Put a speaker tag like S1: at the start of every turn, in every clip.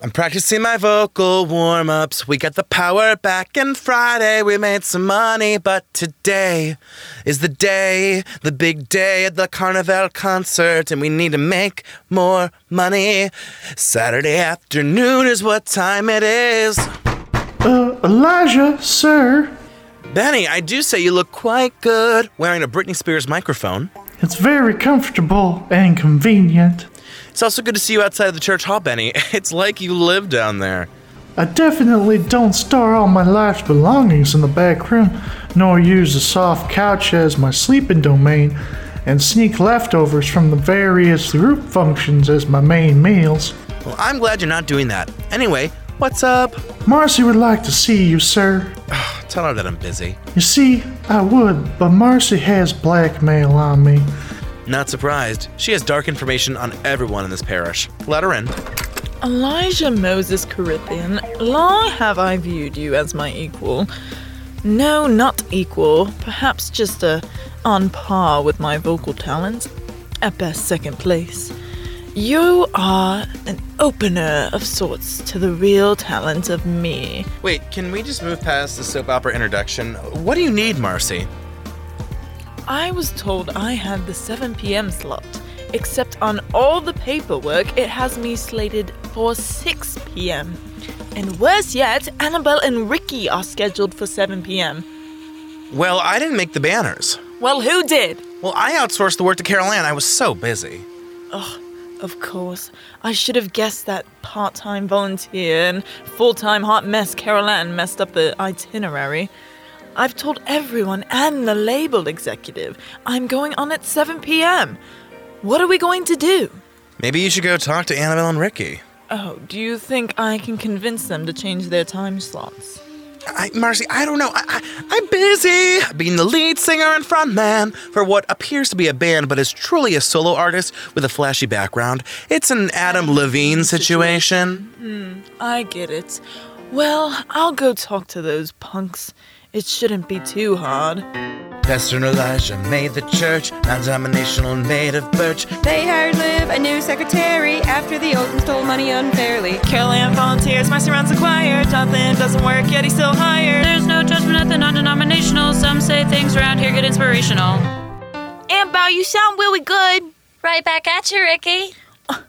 S1: I'm practicing my vocal warm ups. We got the power back, and Friday we made some money. But today is the day, the big day at the Carnival concert, and we need to make more money. Saturday afternoon is what time it is.
S2: Elijah, sir,
S1: Benny, I do say you look quite good wearing a Britney Spears microphone.
S2: it's very comfortable and convenient.
S1: It's also good to see you outside of the church hall, Benny. It's like you live down there.
S2: I definitely don't store all my life's belongings in the back room, nor use the soft couch as my sleeping domain, and sneak leftovers from the various group functions as my main meals.
S1: Well, I'm glad you're not doing that. Anyway, what's up?
S2: Marcy would like to see you, sir.
S1: Tell her that I'm busy.
S2: You see, I would, but Marcy has blackmail on me.
S1: Not surprised. She has dark information on everyone in this parish. Let her in.
S3: Elijah Moses Carithian, long have I viewed you as my equal. No, not equal, perhaps just a on par with my vocal talents, at best second place. You are an opener of sorts to the real talent of me.
S1: Wait, can we just move past the soap opera introduction? What do you need, Marcy?
S3: I was told I had the 7 p.m. slot, except on all the paperwork, it has me slated for 6 p.m. And worse yet, Annabelle and Ricky are scheduled for 7 p.m.
S1: Well, I didn't make the banners.
S3: Well, who did?
S1: Well, I outsourced the work to Carol Ann. I was so busy.
S3: Of course, I should have guessed that part time volunteer and full time hot mess Carol Ann messed up the itinerary. I've told everyone and the label executive I'm going on at 7 p.m. What are we going to do?
S1: Maybe you should go talk to Annabelle and Ricky.
S3: Oh, do you think I can convince them to change their time slots?
S1: I, Marcy, I don't know. I, I, I'm busy being the lead singer and frontman for what appears to be a band, but is truly a solo artist with a flashy background. It's an Adam Levine situation.
S3: Hmm, I get it. Well, I'll go talk to those punks. It shouldn't be too hard.
S1: Pastor Elijah made the church, non-denominational and made of birch.
S4: They hired Liv, a new secretary, after the old one stole money unfairly.
S3: Carol Ann volunteers, my surrounds acquire. Jonathan doesn't work, yet he's still hired.
S5: There's no judgment at the non denominational. Some say things around here get inspirational.
S6: Amber, you sound really good. Right back at you, Ricky.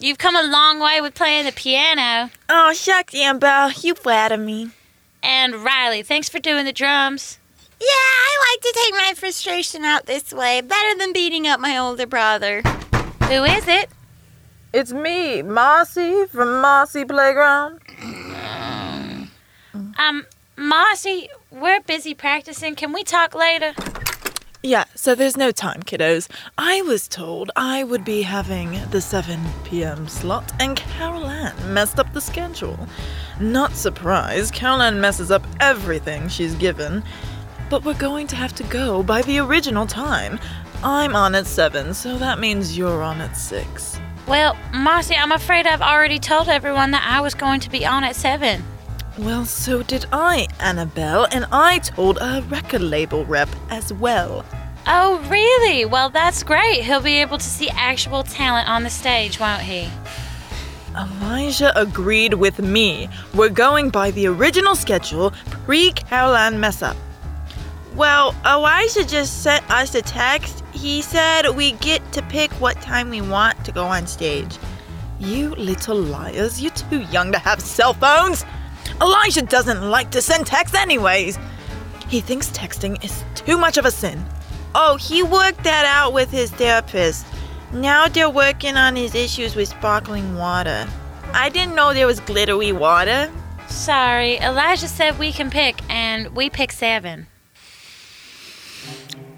S6: You've come a long way with playing the piano.
S3: Oh, shucks, Amber, you flatter me.
S5: And Riley, thanks for doing the drums.
S6: Yeah, I like to take my frustration out this way. Better than beating up my older brother. Who is it?
S3: It's me, Marcy from Marcy Playground.
S5: Um, Marcy, we're busy practicing. Can we talk later?
S3: Yeah, so there's no time, kiddos. I was told I would be having the 7 p.m. slot, and Carol Ann messed up the schedule. Not surprised, Carol Ann messes up everything she's given. But we're going to have to go by the original time. I'm on at 7, so that means you're on at 6.
S5: Well, Marcy, I'm afraid I've already told everyone that I was going to be on at 7.
S3: Well, so did I, Annabelle, and I told a record label rep as well.
S5: Oh, really? Well, that's great. He'll be able to see actual talent on the stage, won't he?
S3: Elijah agreed with me. We're going by the original schedule, pre Caroline mess up.
S7: Well, Elijah just sent us a text. He said we get to pick what time we want to go on stage.
S3: You little liars, you're too young to have cell phones! Elijah doesn't like to send texts, anyways! He thinks texting is too much of a sin.
S7: Oh, he worked that out with his therapist. Now they're working on his issues with sparkling water. I didn't know there was glittery water.
S5: Sorry, Elijah said we can pick, and we pick 7.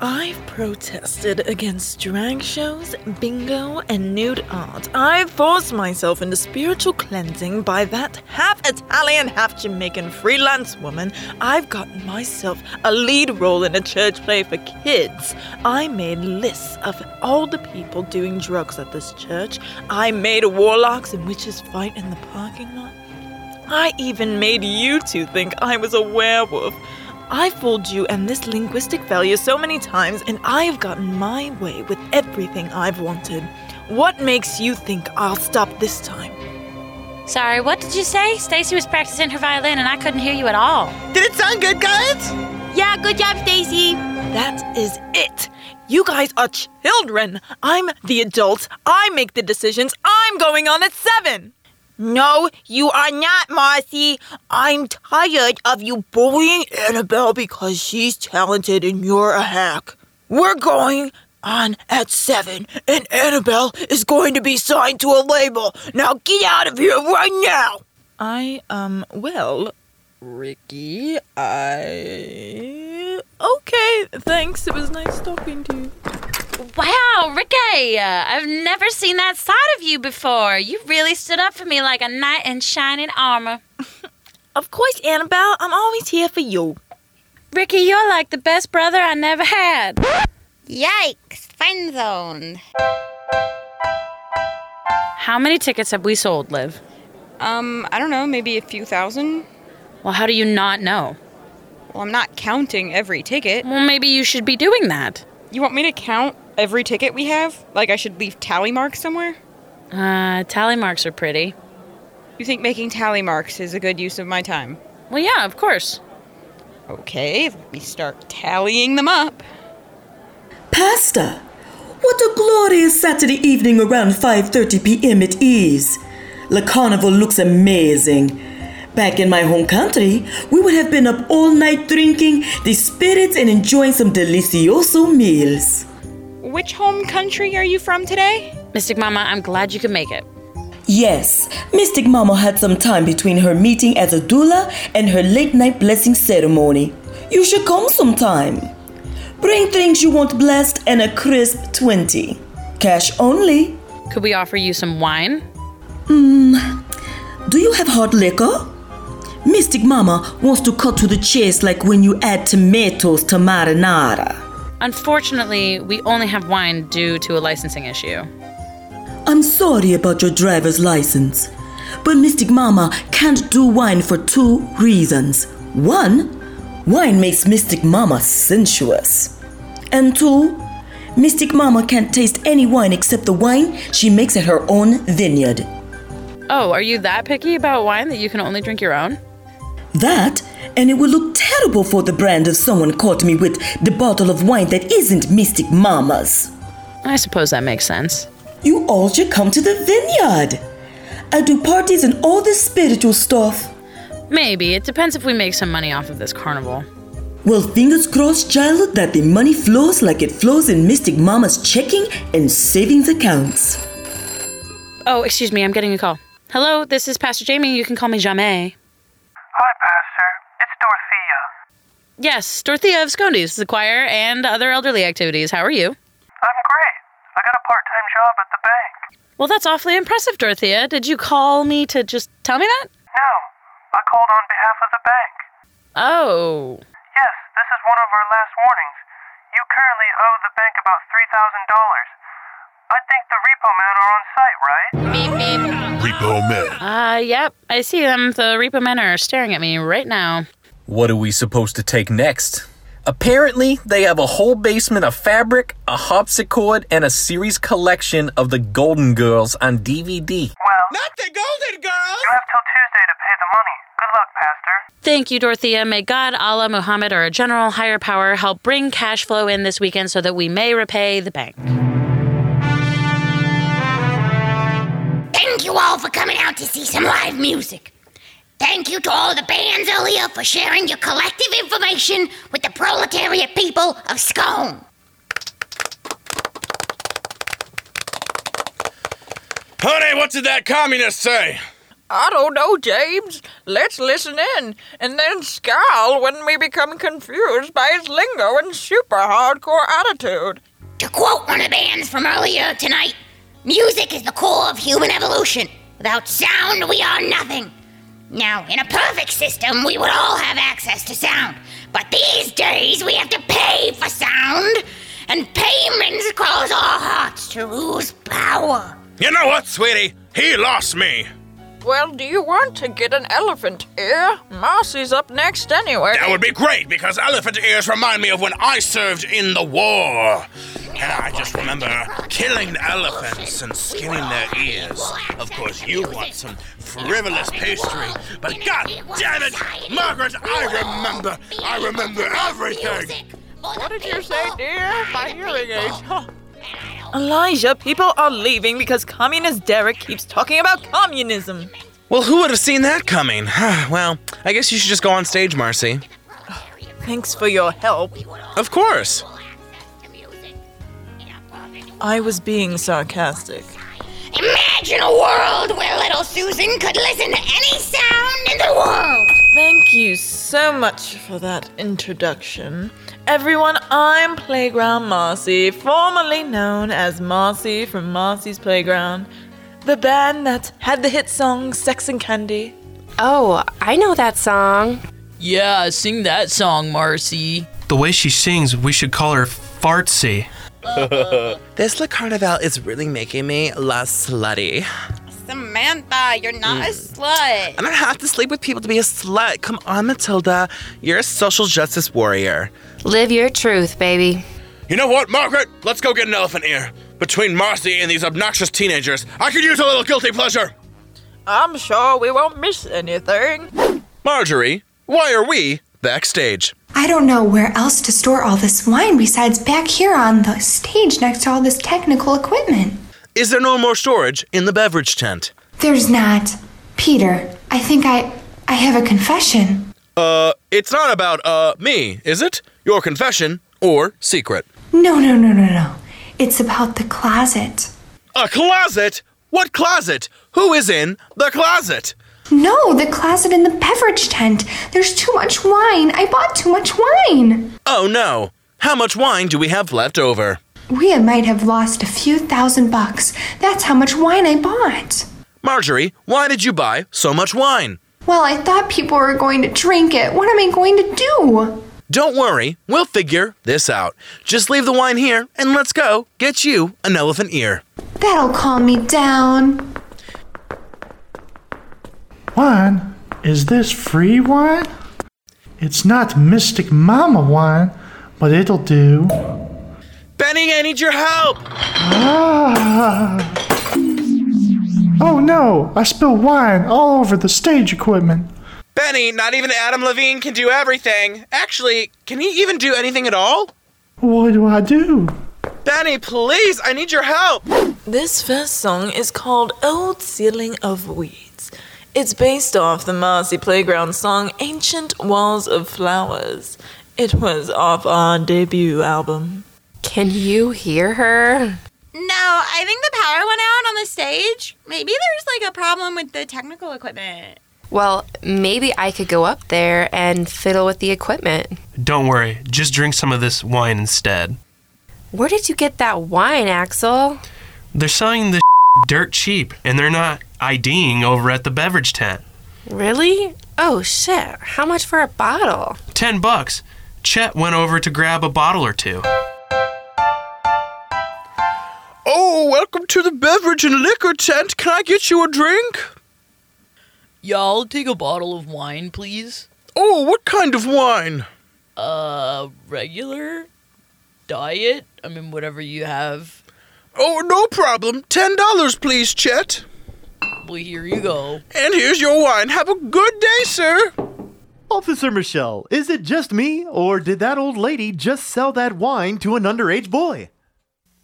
S3: I've protested against drag shows, bingo, and nude art. I've forced myself into spiritual cleansing by that half Italian, half Jamaican freelance woman. I've gotten myself a lead role in a church play for kids. I made lists of all the people doing drugs at this church. I made warlocks and witches fight in the parking lot. I even made you two think I was a werewolf. I fooled you and this linguistic failure so many times, and I've gotten my way with everything I've wanted. What makes you think I'll stop this time?
S6: Sorry, what did you say? Stacy was practicing her violin and I couldn't hear you at all.
S7: Did it sound good, guys?
S6: Yeah, good job, Stacy.
S3: That is it. You guys are children. I'm the adult. I make the decisions. I'm going on at seven.
S7: No, you are not, Marcy. I'm tired of you bullying Annabelle because she's talented and you're a hack. We're going on at seven, and Annabelle is going to be signed to a label. Now get out of here right now.
S3: I, um, well, Ricky, I. Okay, thanks. It was nice talking to you.
S6: Wow, Ricky, uh, I've never seen that side of you before. You really stood up for me like a knight in shining armor.
S7: Of course, Annabelle, I'm always here for you.
S6: Ricky, you're like the best brother I never had.
S8: Yikes! Fun zone.
S6: How many tickets have we sold, Liv?
S4: Um, I don't know, maybe a few thousand?
S6: Well, how do you not know?
S4: Well, I'm not counting every ticket.
S6: Well, maybe you should be doing that.
S4: You want me to count every ticket we have? Like I should leave tally marks somewhere?
S6: Uh, tally marks are pretty.
S4: You think making tally marks is a good use of my time?
S6: Well, yeah, of course.
S4: Okay, let me start tallying them up.
S9: Pasta! What a glorious Saturday evening around 5:30 p.m. it is. The carnival looks amazing. Back in my home country, we would have been up all night drinking the spirits and enjoying some delicioso meals.
S4: Which home country are you from today?
S6: Mystic Mama, I'm glad you could make it.
S9: Yes, Mystic Mama had some time between her meeting as a doula and her late night blessing ceremony. You should come sometime. Bring things you want blessed and a crisp 20. Cash only.
S6: Could we offer you some wine?
S9: Hmm. Do you have hot liquor? Mystic Mama wants to cut to the chase like when you add tomatoes to marinara.
S6: Unfortunately, we only have wine due to a licensing issue.
S9: I'm sorry about your driver's license, but Mystic Mama can't do wine for two reasons. One, wine makes Mystic Mama sensuous. And two, Mystic Mama can't taste any wine except the wine she makes at her own vineyard.
S6: Oh, are you that picky about wine that you can only drink your own?
S9: That, and it would look terrible for the brand if someone caught me with the bottle of wine that isn't Mystic Mama's.
S6: I suppose that makes sense.
S9: You all should come to the vineyard. I do parties and all this spiritual stuff.
S6: Maybe. It depends if we make some money off of this carnival.
S9: Well, fingers crossed, child, that the money flows like it flows in Mystic Mama's checking and savings accounts.
S6: Oh, excuse me, I'm getting a call. Hello, this is Pastor Jamie. You can call me Jamie.
S10: Hi, Pastor. It's Dorothea.
S6: Yes, Dorothea of Scondies, the choir, and other elderly activities. How are you?
S10: I'm great. I got a part time job at the bank.
S6: Well, that's awfully impressive, Dorothea. Did you call me to just tell me that?
S10: No, I called on behalf of the bank.
S6: Oh.
S10: Yes, this is one of our last warnings. You currently owe the bank about $3,000. I think the repo men are on site, right?
S11: Repo Man.
S6: Uh, yep. I see them. The repo men are staring at me right now.
S12: What are we supposed to take next? Apparently, they have a whole basement of fabric, a harpsichord, and a series collection of the Golden Girls on DVD.
S10: Well,
S1: Not the Golden Girls!
S10: you have till Tuesday to pay the money. Good luck, Pastor.
S6: Thank you, Dorothea. May God, Allah, Muhammad, or a general higher power help bring cash flow in this weekend so that we may repay the bank.
S8: Thank you all for coming out to see some live music. Thank you to all the bands earlier for sharing your collective information with the proletariat people of Scone.
S1: Honey, what did that communist say?
S7: I don't know, James. Let's listen in and then scowl when we become confused by his lingo and super hardcore attitude.
S8: To quote one of the bands from earlier tonight, music is the core of human evolution. Without sound, we are nothing. Now, in a perfect system, we would all have access to sound. But these days, we have to pay for sound, and payments cause our hearts to lose power.
S1: You know what, sweetie? He lost me.
S7: Well, do you want to get an elephant ear? Marcy's up next anyway.
S1: That would be great because elephant ears remind me of when I served in the war. And I just remember killing elephants and skinning their ears. Of course, you want some frivolous pastry, but god damn it, Margaret, I remember. I remember everything.
S7: What did you say, dear? My hearing aids.
S3: Elijah, people are leaving because Communist Derek keeps talking about communism.
S1: Well, who would have seen that coming? well, I guess you should just go on stage, Marcy.
S3: Thanks for your help.
S1: Of course.
S3: I was being sarcastic.
S8: Imagine a world where little Susan could listen to any sound in the world.
S3: Thank you so much for that introduction. Everyone, I'm Playground Marcy, formerly known as Marcy from Marcy's Playground, the band that had the hit song Sex and Candy.
S13: Oh, I know that song.
S14: Yeah, sing that song, Marcy.
S15: The way she sings, we should call her Fartsy.
S1: this Le Carnival is really making me less slutty.
S4: Samantha, you're not a slut.
S1: I don't have to sleep with people to be a slut. Come on, Matilda. You're a social justice warrior.
S13: Live your truth, baby.
S1: You know what, Margaret? Let's go get an elephant ear. Between Marcy and these obnoxious teenagers, I could use a little guilty pleasure.
S7: I'm sure we won't miss anything.
S1: Marjorie, why are we backstage?
S16: I don't know where else to store all this wine besides back here on the stage next to all this technical equipment.
S1: Is there no more storage in the beverage tent?
S16: There's not. Peter, I think I I have a confession.
S1: Uh, it's not about, uh, me, is it? Your confession or secret?
S16: No, no, no, no, no. It's about the closet.
S1: A closet? What closet? Who is in the closet?
S16: No, the closet in the beverage tent. There's too much wine. I bought too much wine.
S1: Oh no. How much wine do we have left over?
S16: We might have lost a few thousand bucks. That's how much wine I bought.
S1: Marjorie, why did you buy so much wine?
S16: Well, I thought people were going to drink it. What am I going to do?
S1: Don't worry, we'll figure this out. Just leave the wine here and let's go get you an elephant ear.
S16: That'll calm me down.
S2: Wine? Is this free wine? It's not Mystic Mama wine, but it'll do.
S1: Benny, I need your help!
S2: Ah. Oh no, I spilled wine all over the stage equipment.
S1: Benny, not even Adam Levine can do everything. Actually, can he even do anything at all?
S2: What do I do?
S1: Benny, please, I need your help!
S3: This first song is called Old Ceiling of Weeds. It's based off the Marcy Playground song Ancient Walls of Flowers. It was off our debut album.
S13: Can you hear her?
S4: No, I think the power went out on the stage. Maybe there's like a problem with the technical equipment.
S13: Well, maybe I could go up there and fiddle with the equipment.
S15: Don't worry, just drink some of this wine instead.
S13: Where did you get that wine, Axel?
S15: They're selling this dirt cheap, and they're not IDing over at the beverage tent.
S13: Really? Oh shit, how much for a bottle?
S15: Ten bucks. Chet went over to grab a bottle or two.
S1: Oh, welcome to the beverage and liquor tent. Can I get you a drink?
S14: Yeah, I'll take a bottle of wine, please.
S1: Oh, what kind of wine?
S14: Uh, regular? Diet? I mean, whatever you have.
S1: Oh, no problem. Ten dollars, please, Chet.
S14: Well, here you go.
S1: And here's your wine. Have a good day, sir.
S17: Officer Michelle, is it just me, or did that old lady just sell that wine to an underage boy?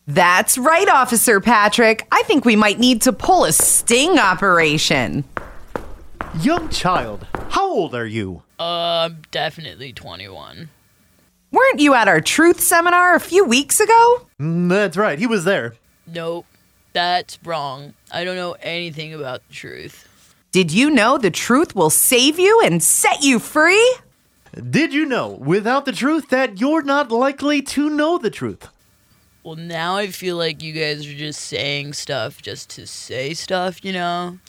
S18: That's right, Officer Patrick. I think we might need to pull a sting operation.
S17: Young child, how old are you?
S14: Uh, I'm definitely 21.
S18: Weren't you at our truth seminar a few weeks ago?
S17: Mm, That's right, he was there.
S14: Nope, that's wrong. I don't know anything about the truth.
S18: Did you know the truth will save you and set you free?
S17: Did you know, without the truth, that you're not likely to know the truth?
S14: Well, now I feel like you guys are just saying stuff just to say stuff, you know?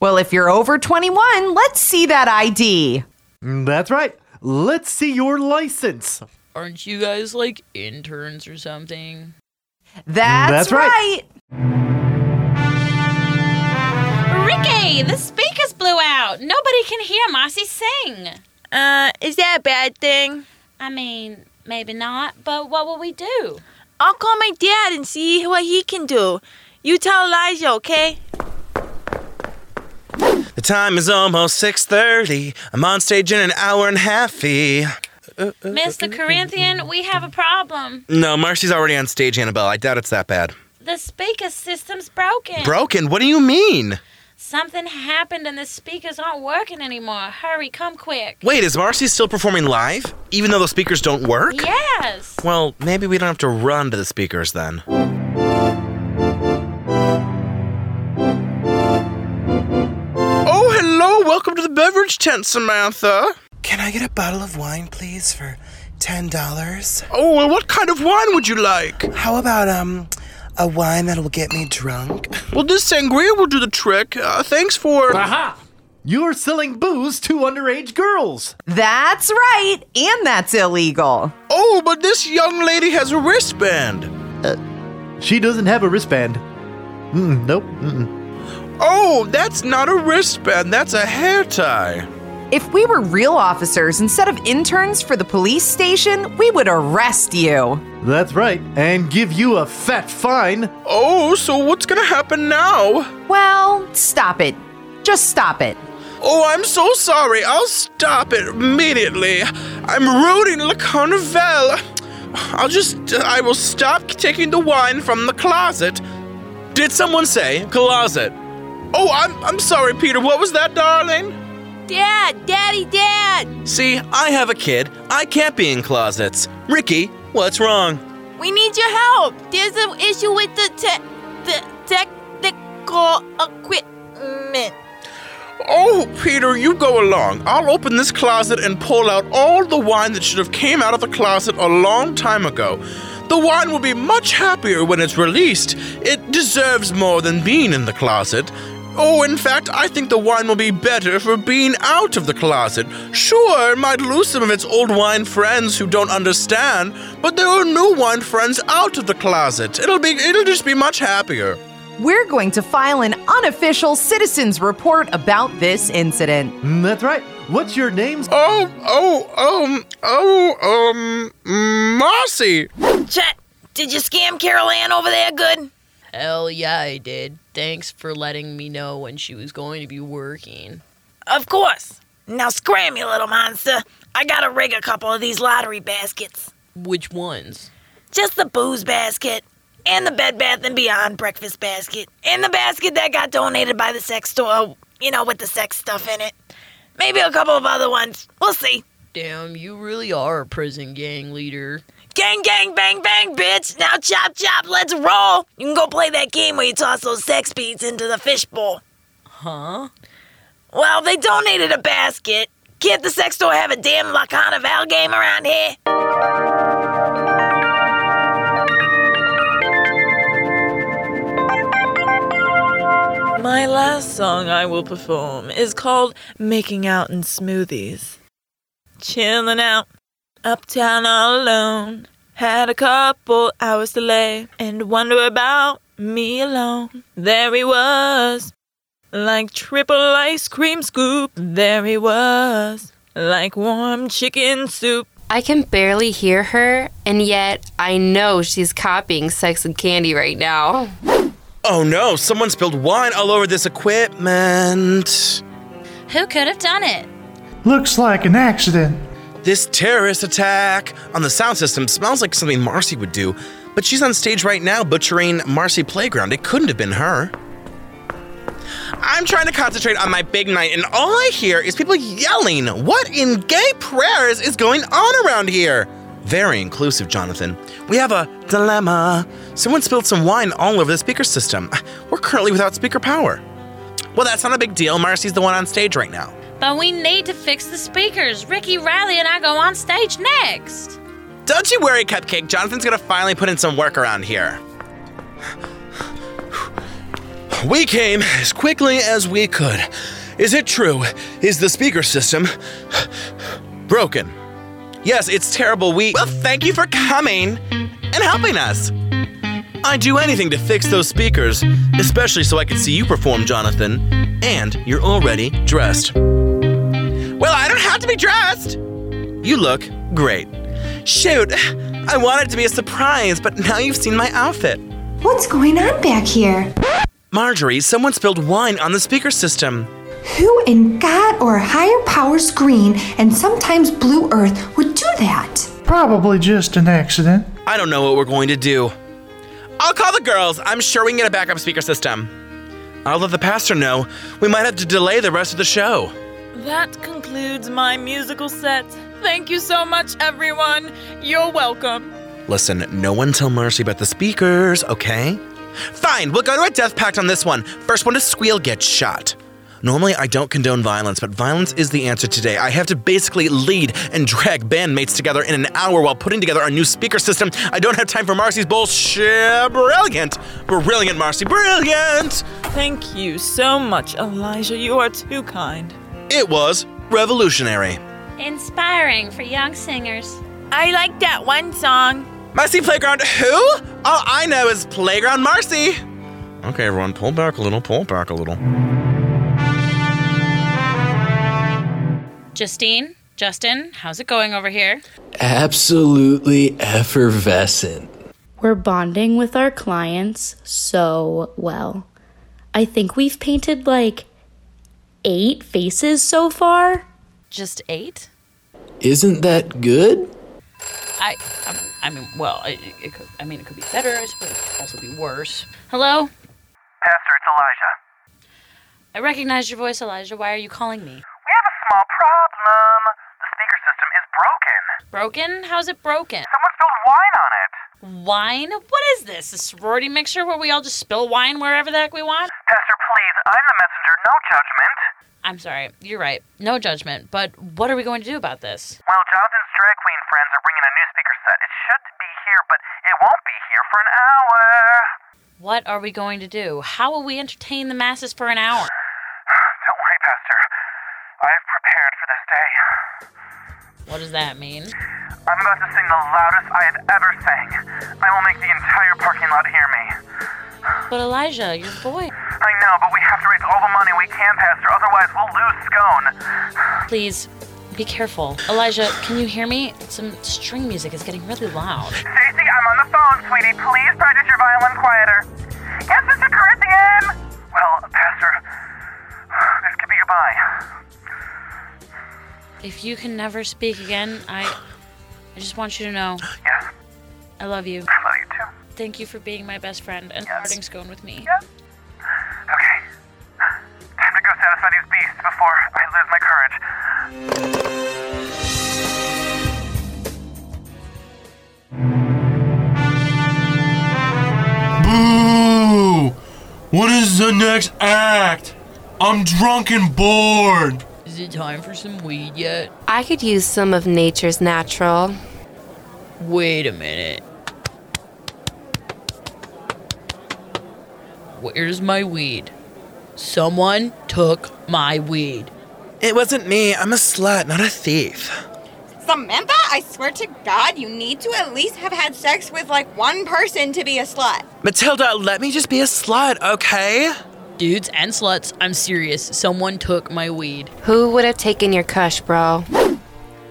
S18: Well, if you're over 21, let's see that ID.
S17: Mm, That's right, let's see your license.
S14: Aren't you guys like interns or something?
S18: That's,
S17: That's right.
S6: Ricky, the speakers blew out. Nobody can hear Marcy sing.
S7: Uh, is that a bad thing?
S6: I mean, maybe not, but what will we do?
S7: I'll call my dad and see what he can do. You tell Elijah, okay?
S1: The time is almost 6.30. I'm on stage in an hour and a halfy. Uh, uh,
S5: Mr. Corinthian, we have a problem.
S1: No, Marcy's already on stage, Annabelle. I doubt it's that bad.
S5: The speaker system's broken.
S1: Broken? What do you mean?
S5: Something happened and the speakers aren't working anymore. Hurry, come quick.
S1: Wait, is Marcy still performing live? Even though the speakers don't work?
S5: Yes.
S1: Well, maybe we don't have to run to the speakers then. Oh, hello. Welcome to the beverage tent, Samantha.
S19: Can I get a bottle of wine, please, for ten dollars?
S1: Oh, well, what kind of wine would you like?
S19: How about um, a wine that will get me drunk?
S1: Well, this sangria will do the trick. Uh, thanks for. Aha!
S17: You're selling booze to underage girls.
S18: That's right, and that's illegal.
S1: Oh, but this young lady has a wristband.
S17: Uh, She doesn't have a wristband. Mm, nope. Mm-mm.
S1: Oh, that's not a wristband. That's a hair tie.
S18: If we were real officers instead of interns for the police station, we would arrest you.
S17: That's right, and give you a fat fine.
S1: Oh, so what's gonna happen now?
S18: Well, stop it. Just stop it.
S1: Oh, I'm so sorry. I'll stop it immediately. I'm ruining La Carnival. I'll just. I will stop taking the wine from the closet. Did someone say closet? Oh, I'm, I'm sorry, Peter. What was that, darling?
S7: Dad, Daddy, Dad!
S1: See, I have a kid. I can't be in closets. Ricky, what's wrong?
S7: We need your help. There's an issue with the te- the technical equipment.
S1: Oh, Peter, you go along. I'll open this closet and pull out all the wine that should have came out of the closet a long time ago. The wine will be much happier when it's released. It deserves more than being in the closet. Oh, in fact, I think the wine will be better for being out of the closet. Sure, it might lose some of its old wine friends who don't understand, but there are new wine friends out of the closet. It'll be it'll just be much happier.
S18: We're going to file an unofficial citizens report about this incident.
S17: Mm, That's right. What's your name's?
S1: Oh, oh, um, oh, um, mm, Marcy.
S7: Chet, did you scam Carol Ann over there good?
S14: Hell yeah, I did. Thanks for letting me know when she was going to be working.
S7: Of course. Now scram, you little monster. I gotta rig a couple of these lottery baskets.
S14: Which ones?
S7: Just the booze basket, and the Bed Bath and Beyond breakfast basket, and the basket that got donated by the sex store, you know, with the sex stuff in it. Maybe a couple of other ones. We'll see.
S14: Damn, you really are a prison gang leader.
S7: Gang, gang, bang, bang, bitch. Now chop, chop, let's roll. You can go play that game where you toss those sex beads into the fishbowl.
S14: Huh?
S7: Well, they donated a basket. Can't the sex store have a damn La Carnival game around here?
S3: My last song I will perform is called Making Out in Smoothies. Chillin' out, uptown all alone. Had a couple hours to lay and wonder about me alone. There he was, like triple ice cream scoop. There he was, like warm chicken soup.
S13: I can barely hear her, and yet I know she's copying Sex and Candy right now.
S1: Oh no, someone spilled wine all over this equipment.
S5: Who could have done it?
S2: Looks like an accident.
S1: This terrorist attack on the sound system smells like something Marcy would do, but she's on stage right now butchering Marcy Playground. It couldn't have been her. I'm trying to concentrate on my big night, and all I hear is people yelling. What in gay prayers is going on around here? Very inclusive, Jonathan. We have a dilemma. Someone spilled some wine all over the speaker system. We're currently without speaker power. Well, that's not a big deal. Marcy's the one on stage right now.
S5: But we need to fix the speakers. Ricky Riley and I go on stage next.
S1: Don't you worry, Cupcake. Jonathan's gonna finally put in some work around here. We came as quickly as we could. Is it true? Is the speaker system broken? Yes, it's terrible. We. Well, thank you for coming and helping us. I'd do anything to fix those speakers, especially so I could see you perform, Jonathan. And you're already dressed. Well, I don't have to be dressed. You look great. Shoot, I wanted it to be a surprise, but now you've seen my outfit.
S16: What's going on back here?
S1: Marjorie, someone spilled wine on the speaker system.
S16: Who in God or higher powers green and sometimes blue earth would do that?
S2: Probably just an accident.
S1: I don't know what we're going to do. I'll call the girls. I'm sure we can get a backup speaker system. I'll let the pastor know. We might have to delay the rest of the show.
S3: That concludes my musical set. Thank you so much, everyone. You're welcome.
S1: Listen, no one tell Marcy about the speakers, okay? Fine, we'll go to a death pact on this one. First one to squeal gets shot. Normally, I don't condone violence, but violence is the answer today. I have to basically lead and drag bandmates together in an hour while putting together our new speaker system. I don't have time for Marcy's bullshit. Brilliant! Brilliant, Marcy, brilliant!
S3: Thank you so much, Elijah. You are too kind.
S1: It was revolutionary.
S6: Inspiring for young singers.
S3: I like that one song.
S1: Marcy Playground, who? All I know is Playground Marcy! Okay, everyone, pull back a little, pull back a little.
S6: Justine, Justin, how's it going over here?
S20: Absolutely effervescent.
S21: We're bonding with our clients so well. I think we've painted like eight faces so far.
S6: Just eight?
S20: Isn't that good?
S14: I, I, I mean, well, it, it could, I mean, it could be better. I suppose it could also be worse.
S6: Hello?
S10: Pastor, it's Elijah.
S6: I recognize your voice, Elijah. Why are you calling me?
S10: We have a small problem. The speaker system is broken.
S6: Broken? How's it broken?
S10: Someone spilled wine on it.
S6: Wine? What is this? A sorority mixture where we all just spill wine wherever the heck we want?
S10: Pastor, please, I'm the messenger, no judgment.
S6: I'm sorry. You're right. No judgment. But what are we going to do about this?
S10: Well, Jonathan's drag queen friends are bringing a new speaker set. It should be here, but it won't be here for an hour.
S6: What are we going to do? How will we entertain the masses for an hour?
S10: Don't worry, Pastor. I've prepared for this day.
S6: What does that mean?
S10: I'm about to sing the loudest I have ever sang. I will make the entire parking lot hear me.
S6: But Elijah, your boy.
S10: I know, but we have to raise all the money we can, Pastor, otherwise we'll lose Scone.
S6: Please be careful. Elijah, can you hear me? Some string music is getting really loud.
S10: Stacy, I'm on the phone, sweetie. Please practice your violin quieter. Yes, Mr. Corinthian! Well, Pastor, this could be your bye.
S6: If you can never speak again, I I just want you to know.
S10: Yes.
S6: I love you.
S10: I love you too.
S6: Thank you for being my best friend and
S10: Yes.
S6: parting scone with me.
S10: Okay. Time to go satisfy these beasts before I lose my courage.
S11: Boo! What is the next act? I'm drunk and bored.
S14: Is it time for some weed yet?
S13: I could use some of nature's natural.
S14: Wait a minute. Where's my weed? Someone took my weed.
S1: It wasn't me. I'm a slut, not a thief.
S4: Samantha, I swear to God, you need to at least have had sex with like one person to be a slut.
S1: Matilda, let me just be a slut, okay?
S14: Dudes and sluts, I'm serious. Someone took my weed.
S13: Who would have taken your cush, bro?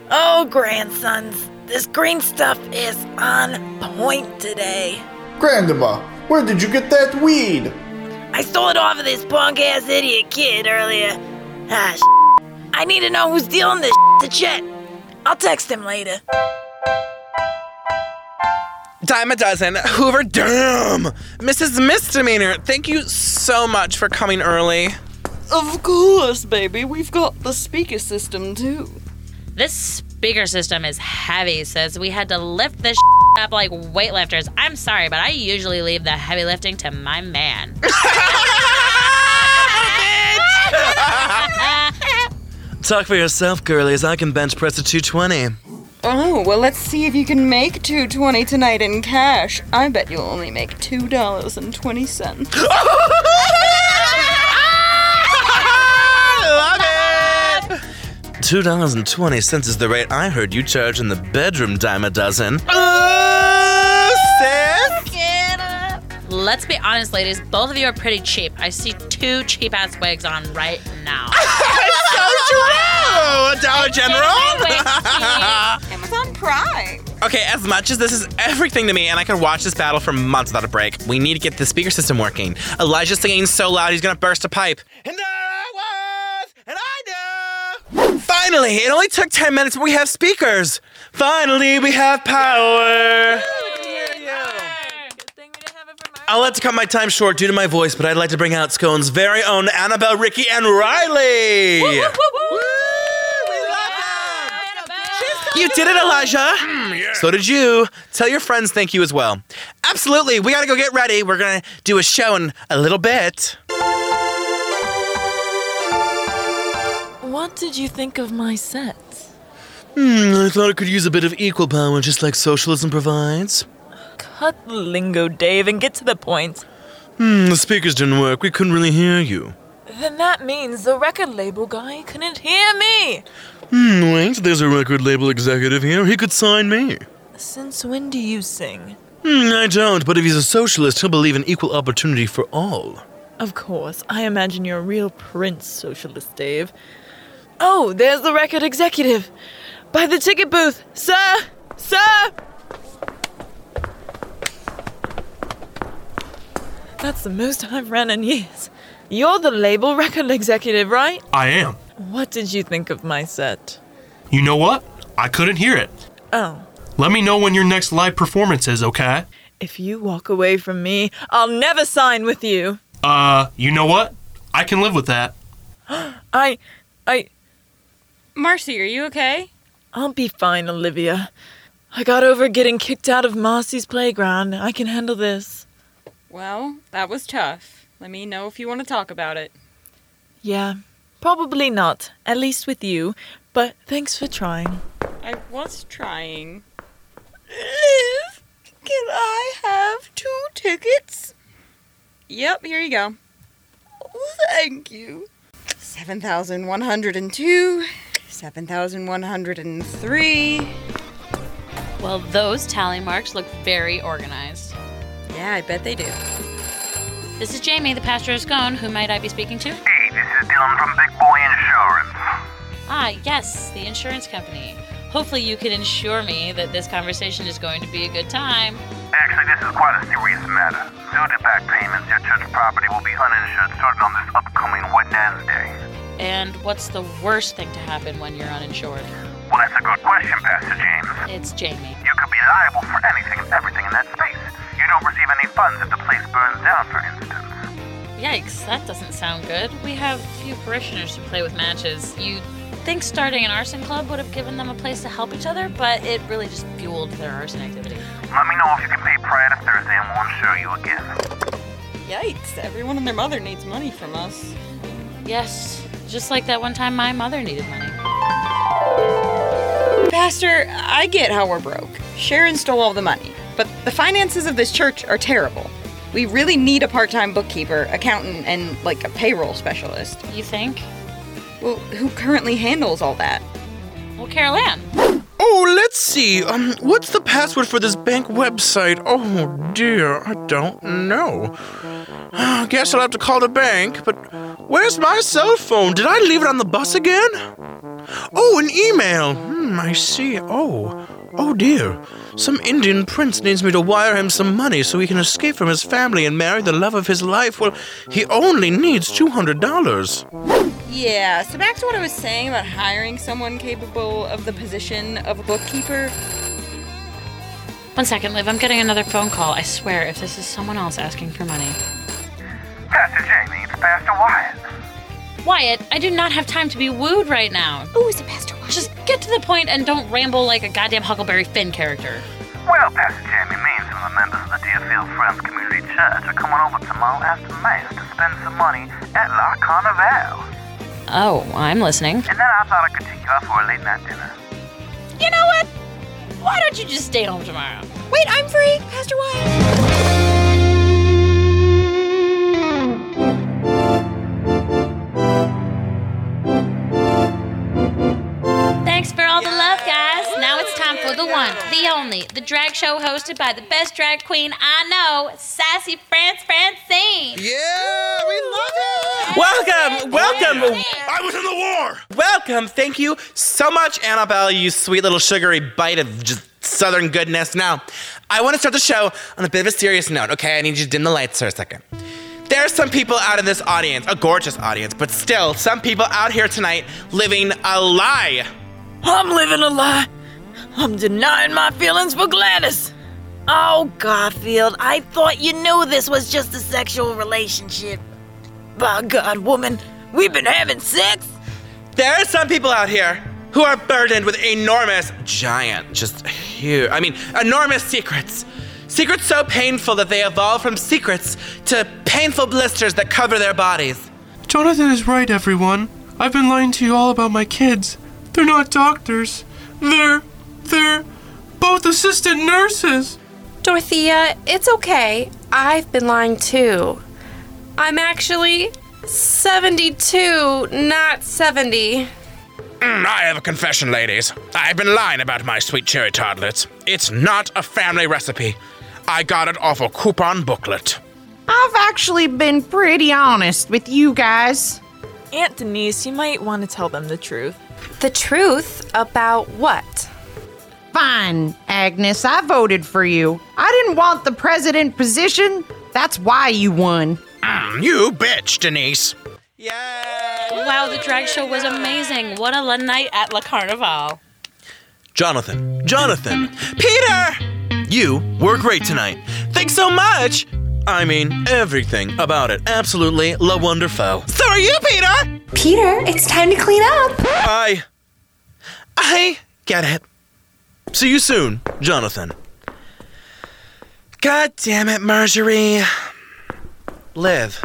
S3: Oh, grandsons, this green stuff is on point today.
S22: Grandma, where did you get that weed?
S3: I stole it off of this punk ass idiot kid earlier. Ah, sh- I need to know who's dealing this sh- to Chet. I'll text him later.
S1: Dime a dozen. Hoover, damn! Mrs. Misdemeanor, thank you so much for coming early.
S23: Of course, baby. We've got the speaker system too.
S6: This speaker system is heavy, says we had to lift this up like weightlifters. I'm sorry, but I usually leave the heavy lifting to my man.
S1: Talk for yourself, girlies. I can bench press a 220.
S23: Oh, well, let's see if you can make 220 tonight in cash. I bet you'll only make $2.20.
S1: $2.20 is the rate I heard you charge in the bedroom, dime a dozen. Sis?
S6: Let's be honest, ladies. Both of you are pretty cheap. I see two cheap ass wigs on right now.
S1: so true! Dollar General?
S4: Amazon Prime.
S1: Okay, Okay, as much as this is everything to me, and I could watch this battle for months without a break, we need to get the speaker system working. Elijah's singing so loud he's gonna burst a pipe. And there I was, and I knew. Finally, it only took 10 minutes, but we have speakers. Finally, we have power. I'll have to cut my time short due to my voice, but I'd like to bring out Scone's very own Annabelle, Ricky, and Riley. You did it, Elijah. So did you. Tell your friends thank you as well. Absolutely. We got to go get ready. We're going to do a show in a little bit.
S3: What did you think of my set?
S1: Hmm, I thought it could use a bit of equal power, just like socialism provides.
S3: Cut the lingo, Dave, and get to the point.
S1: Hmm, the speakers didn't work. We couldn't really hear you.
S3: Then that means the record label guy couldn't hear me.
S1: Hmm, wait, there's a record label executive here. He could sign me.
S3: Since when do you sing?
S1: Hmm, I don't, but if he's a socialist, he'll believe in equal opportunity for all.
S3: Of course, I imagine you're a real prince socialist, Dave. Oh, there's the record executive. By the ticket booth, sir! Sir! That's the most I've ran in years. You're the label record executive, right?
S15: I am.
S3: What did you think of my set?
S15: You know what? I couldn't hear it.
S3: Oh,
S15: Let me know when your next live performance is, okay?
S3: if you walk away from me, I'll never sign with you.
S15: Uh, you know what? I can live with that.
S3: I. I.
S6: Marcy, are you okay?
S3: I'll be fine, Olivia. I got over getting kicked out of Marcy's playground. I can handle this.
S4: Well, that was tough. Let me know if you want to talk about it.
S3: Yeah, probably not, at least with you, but thanks for trying.
S4: I was trying.
S24: Liv, can I have two tickets?
S4: Yep, here you go.
S24: Thank you.
S4: 7,102, 7,103.
S6: Well, those tally marks look very organized.
S4: Yeah, I bet they do.
S6: This is Jamie, the pastor is gone. Who might I be speaking to?
S10: Hey, this is Dylan from Big Boy Insurance.
S6: Ah, yes, the insurance company. Hopefully, you can ensure me that this conversation is going to be a good time.
S10: Actually, this is quite a serious matter. Due to back payments, your church property will be uninsured starting on this upcoming Wednesday.
S6: And what's the worst thing to happen when you're uninsured?
S10: Well, that's a good question, Pastor James.
S6: It's Jamie.
S10: You could be liable for anything and everything in that space. You don't receive any funds if the place burns down, for instance.
S6: Yikes, that doesn't sound good. We have few parishioners who play with matches. You think starting an arson club would have given them a place to help each other, but it really just fueled their arson activity.
S10: Let me know if you can pay prior to Thursday and we'll insure you again.
S4: Yikes, everyone and their mother needs money from us.
S6: Yes, just like that one time my mother needed money.
S4: Pastor, I get how we're broke. Sharon stole all the money, but the finances of this church are terrible. We really need a part time bookkeeper, accountant, and like a payroll specialist.
S6: You think?
S4: Well, who currently handles all that?
S6: Well, Carol Ann.
S1: Oh, let's see. Um, what's the password for this bank website? Oh dear, I don't know. Ah, I guess I'll have to call the bank, but where's my cell phone? Did I leave it on the bus again? Oh, an email. Hmm, I see. Oh. Oh dear. Some Indian prince needs me to wire him some money so he can escape from his family and marry the love of his life. Well, he only needs $200.
S4: Yeah, so back to what I was saying about hiring someone capable of the position of a bookkeeper.
S6: One second, Liv. I'm getting another phone call. I swear, if this is someone else asking for money.
S10: Pastor Jamie, it's Pastor Wyatt.
S6: Wyatt, I do not have time to be wooed right now.
S4: Ooh, is it Pastor Wyatt?
S6: Just get to the point and don't ramble like a goddamn Huckleberry Finn character.
S10: Well, Pastor Jamie, me and some of the members of the Deerfield Friends Community Church are coming over tomorrow after Mass to spend some money at La Carnival.
S6: Oh, I'm listening.
S10: And then I thought I could take you out for a late night dinner.
S6: You know what? Why don't you just stay home tomorrow?
S4: Wait, I'm free, Pastor Wyatt.
S6: Thanks for all the love, guys. Now it's time for the one, the only, the drag show hosted by the best drag queen I know, Sassy France Francine.
S1: Yeah, we love it. Welcome, welcome.
S6: I
S1: was in the war. Welcome. Thank you so much, Annabelle, you sweet little sugary bite of just southern goodness. Now, I want to start the show on a bit of a serious note, okay? I need you to dim the lights for a second. There are some people out in this audience, a gorgeous audience, but still, some people out here tonight living a lie.
S3: I'm living a lie. I'm denying my feelings for Gladys.
S7: Oh, Garfield, I thought you knew this was just a sexual relationship.
S3: By God, woman, we've been having sex.
S1: There are some people out here who are burdened with enormous, giant, just huge, I mean, enormous secrets. Secrets so painful that they evolve from secrets to painful blisters that cover their bodies.
S15: Jonathan is right, everyone. I've been lying to you all about my kids. They're not doctors. They're. they're. both assistant nurses.
S13: Dorothea, it's okay. I've been lying too. I'm actually 72, not 70.
S1: Mm, I have a confession, ladies. I've been lying about my sweet cherry tartlets. It's not a family recipe. I got it off a coupon booklet.
S8: I've actually been pretty honest with you guys.
S3: Aunt Denise, you might want to tell them the truth.
S8: The truth about what? Fine, Agnes, I voted for you. I didn't want the president position. That's why you won.
S1: Mm, you bitch, Denise.
S6: Wow, the drag show was amazing. What a la night at La Carnival.
S1: Jonathan, Jonathan, Peter! You were great tonight. Thanks so much! I mean, everything about it. Absolutely la wonderful. So are you, Peter?
S16: Peter, it's time to clean up.
S1: I. I get it. See you soon, Jonathan. God damn it, Marjorie. Liv,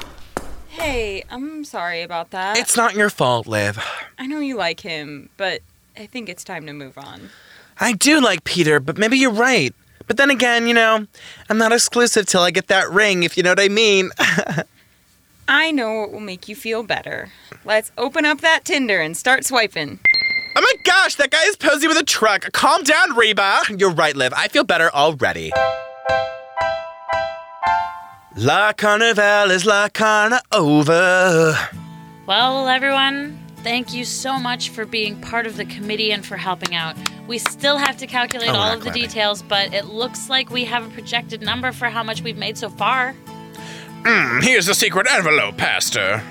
S4: Hey, I'm sorry about that.
S1: it's not your fault, Liv.
S4: I know you like him, but I think it's time to move on.
S1: I do like Peter, but maybe you're right. But then again, you know, I'm not exclusive till I get that ring, if you know what I mean.
S4: I know what will make you feel better. Let's open up that Tinder and start swiping.
S1: Oh my gosh, that guy is posing with a truck. Calm down, Reba. You're right, Liv. I feel better already. La Carnival is La Carna over.
S6: Well, everyone, thank you so much for being part of the committee and for helping out. We still have to calculate
S1: Oh, we're
S6: all
S1: not
S6: of the
S1: clapping.
S6: details, but it looks like we have a projected number for how much we've made so far.
S1: Mm, here's the secret envelope, Pastor.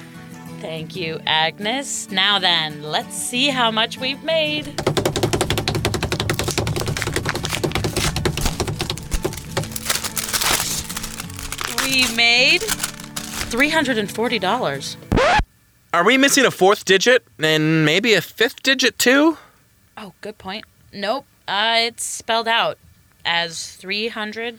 S6: Thank you, Agnes. Now then, let's see how much we've made. We made $340.
S1: Are we missing a fourth digit and maybe a fifth digit too?
S6: Oh, good point. Nope. Uh, it's spelled out as $340.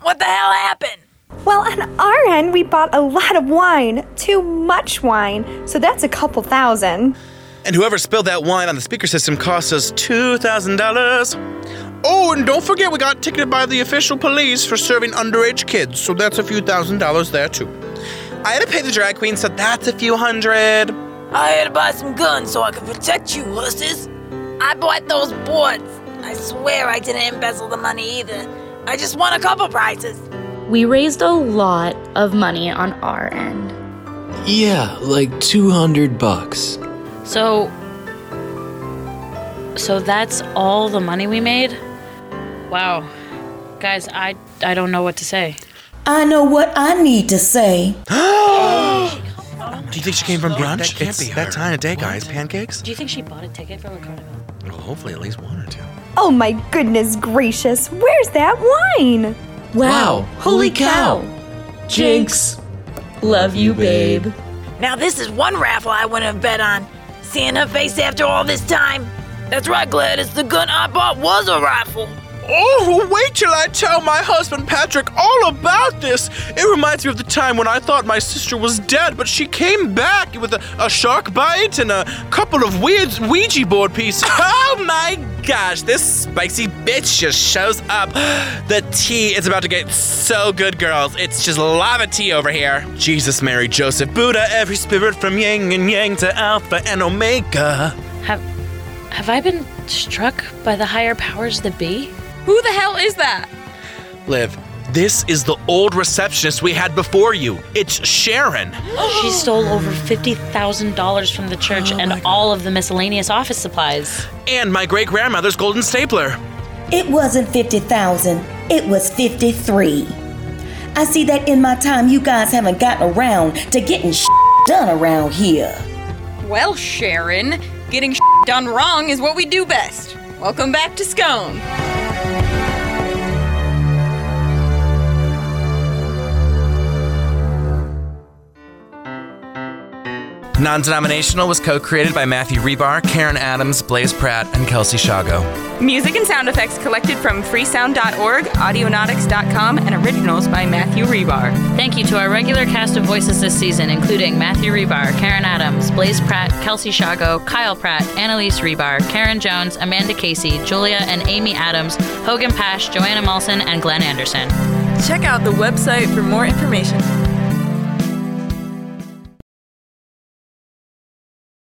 S3: What the hell happened?
S9: Well, on our end, we bought a lot of wine, too much wine, so that's a couple thousand.
S1: And whoever spilled that wine on the speaker system cost us $2,000. Oh, and don't forget we got ticketed by the official police for serving underage kids, so that's a few thousand dollars there too. I had to pay the drag queen, so that's a few hundred.
S3: I had to buy some guns so I could protect you, horses.
S7: I bought those boards. I swear I didn't embezzle the money either. I just won a couple prizes.
S21: We raised a lot of money on our end.
S20: Yeah, like 200 bucks.
S6: So. So that's all the money we made? Wow. Guys, I, I don't know what to say.
S12: I know what I need to say.
S1: Do you think she came from brunch? That can't be that time of day, guys. Pancakes?
S6: Do you think she bought a ticket for La Carnival?
S1: Well, hopefully at least one or two.
S9: Oh my goodness gracious, where's that wine?
S12: Wow, holy cow. Jinx.
S9: Love
S12: you, babe.
S3: Now, this is one raffle I wouldn't have bet on. Seeing her face after all this time. That's right, Gladys. The gun I bought was a rifle.
S1: Oh, wait till I tell my husband Patrick all about this. It reminds me of the time when I thought my sister was dead, but she came back with a, a shark bite and a couple of weird Ouija board pieces. Oh my gosh, this spicy bitch just shows up. The tea is about to get so good, girls. It's just lava tea over here. Jesus, Mary, Joseph, Buddha, every spirit from yin and yang to alpha and omega.
S6: Have, have I been struck by the higher powers that be?
S4: Who the hell is that?
S1: Liv, This is the old receptionist we had before you. It's Sharon.
S25: she stole over $50,000 from the church
S3: Oh
S25: and all of the miscellaneous office supplies.
S1: And my great grandmother's golden stapler.
S9: It wasn't 50,000, it was 53. I see that in my time you guys haven't gotten around to getting sh- done around here.
S26: Well, Sharon, getting done wrong is what we do best. Welcome back to Scone.
S1: Non denominational was co created by Matthew Rebar, Karen Adams, Blaze Pratt, and Kelsey Shago.
S4: Music and sound effects collected from freesound.org, audionautics.com, and originals by Matthew Rebar.
S6: Thank you to our regular cast of voices this season, including Matthew Rebar, Karen Adams, Blaze Pratt, Kelsey Shago, Kyle Pratt, Annalise Rebar, Karen Jones, Amanda Casey, Julia and Amy Adams, Hogan Pash, Joanna Molson, and Glenn Anderson.
S27: Check out the website for more information.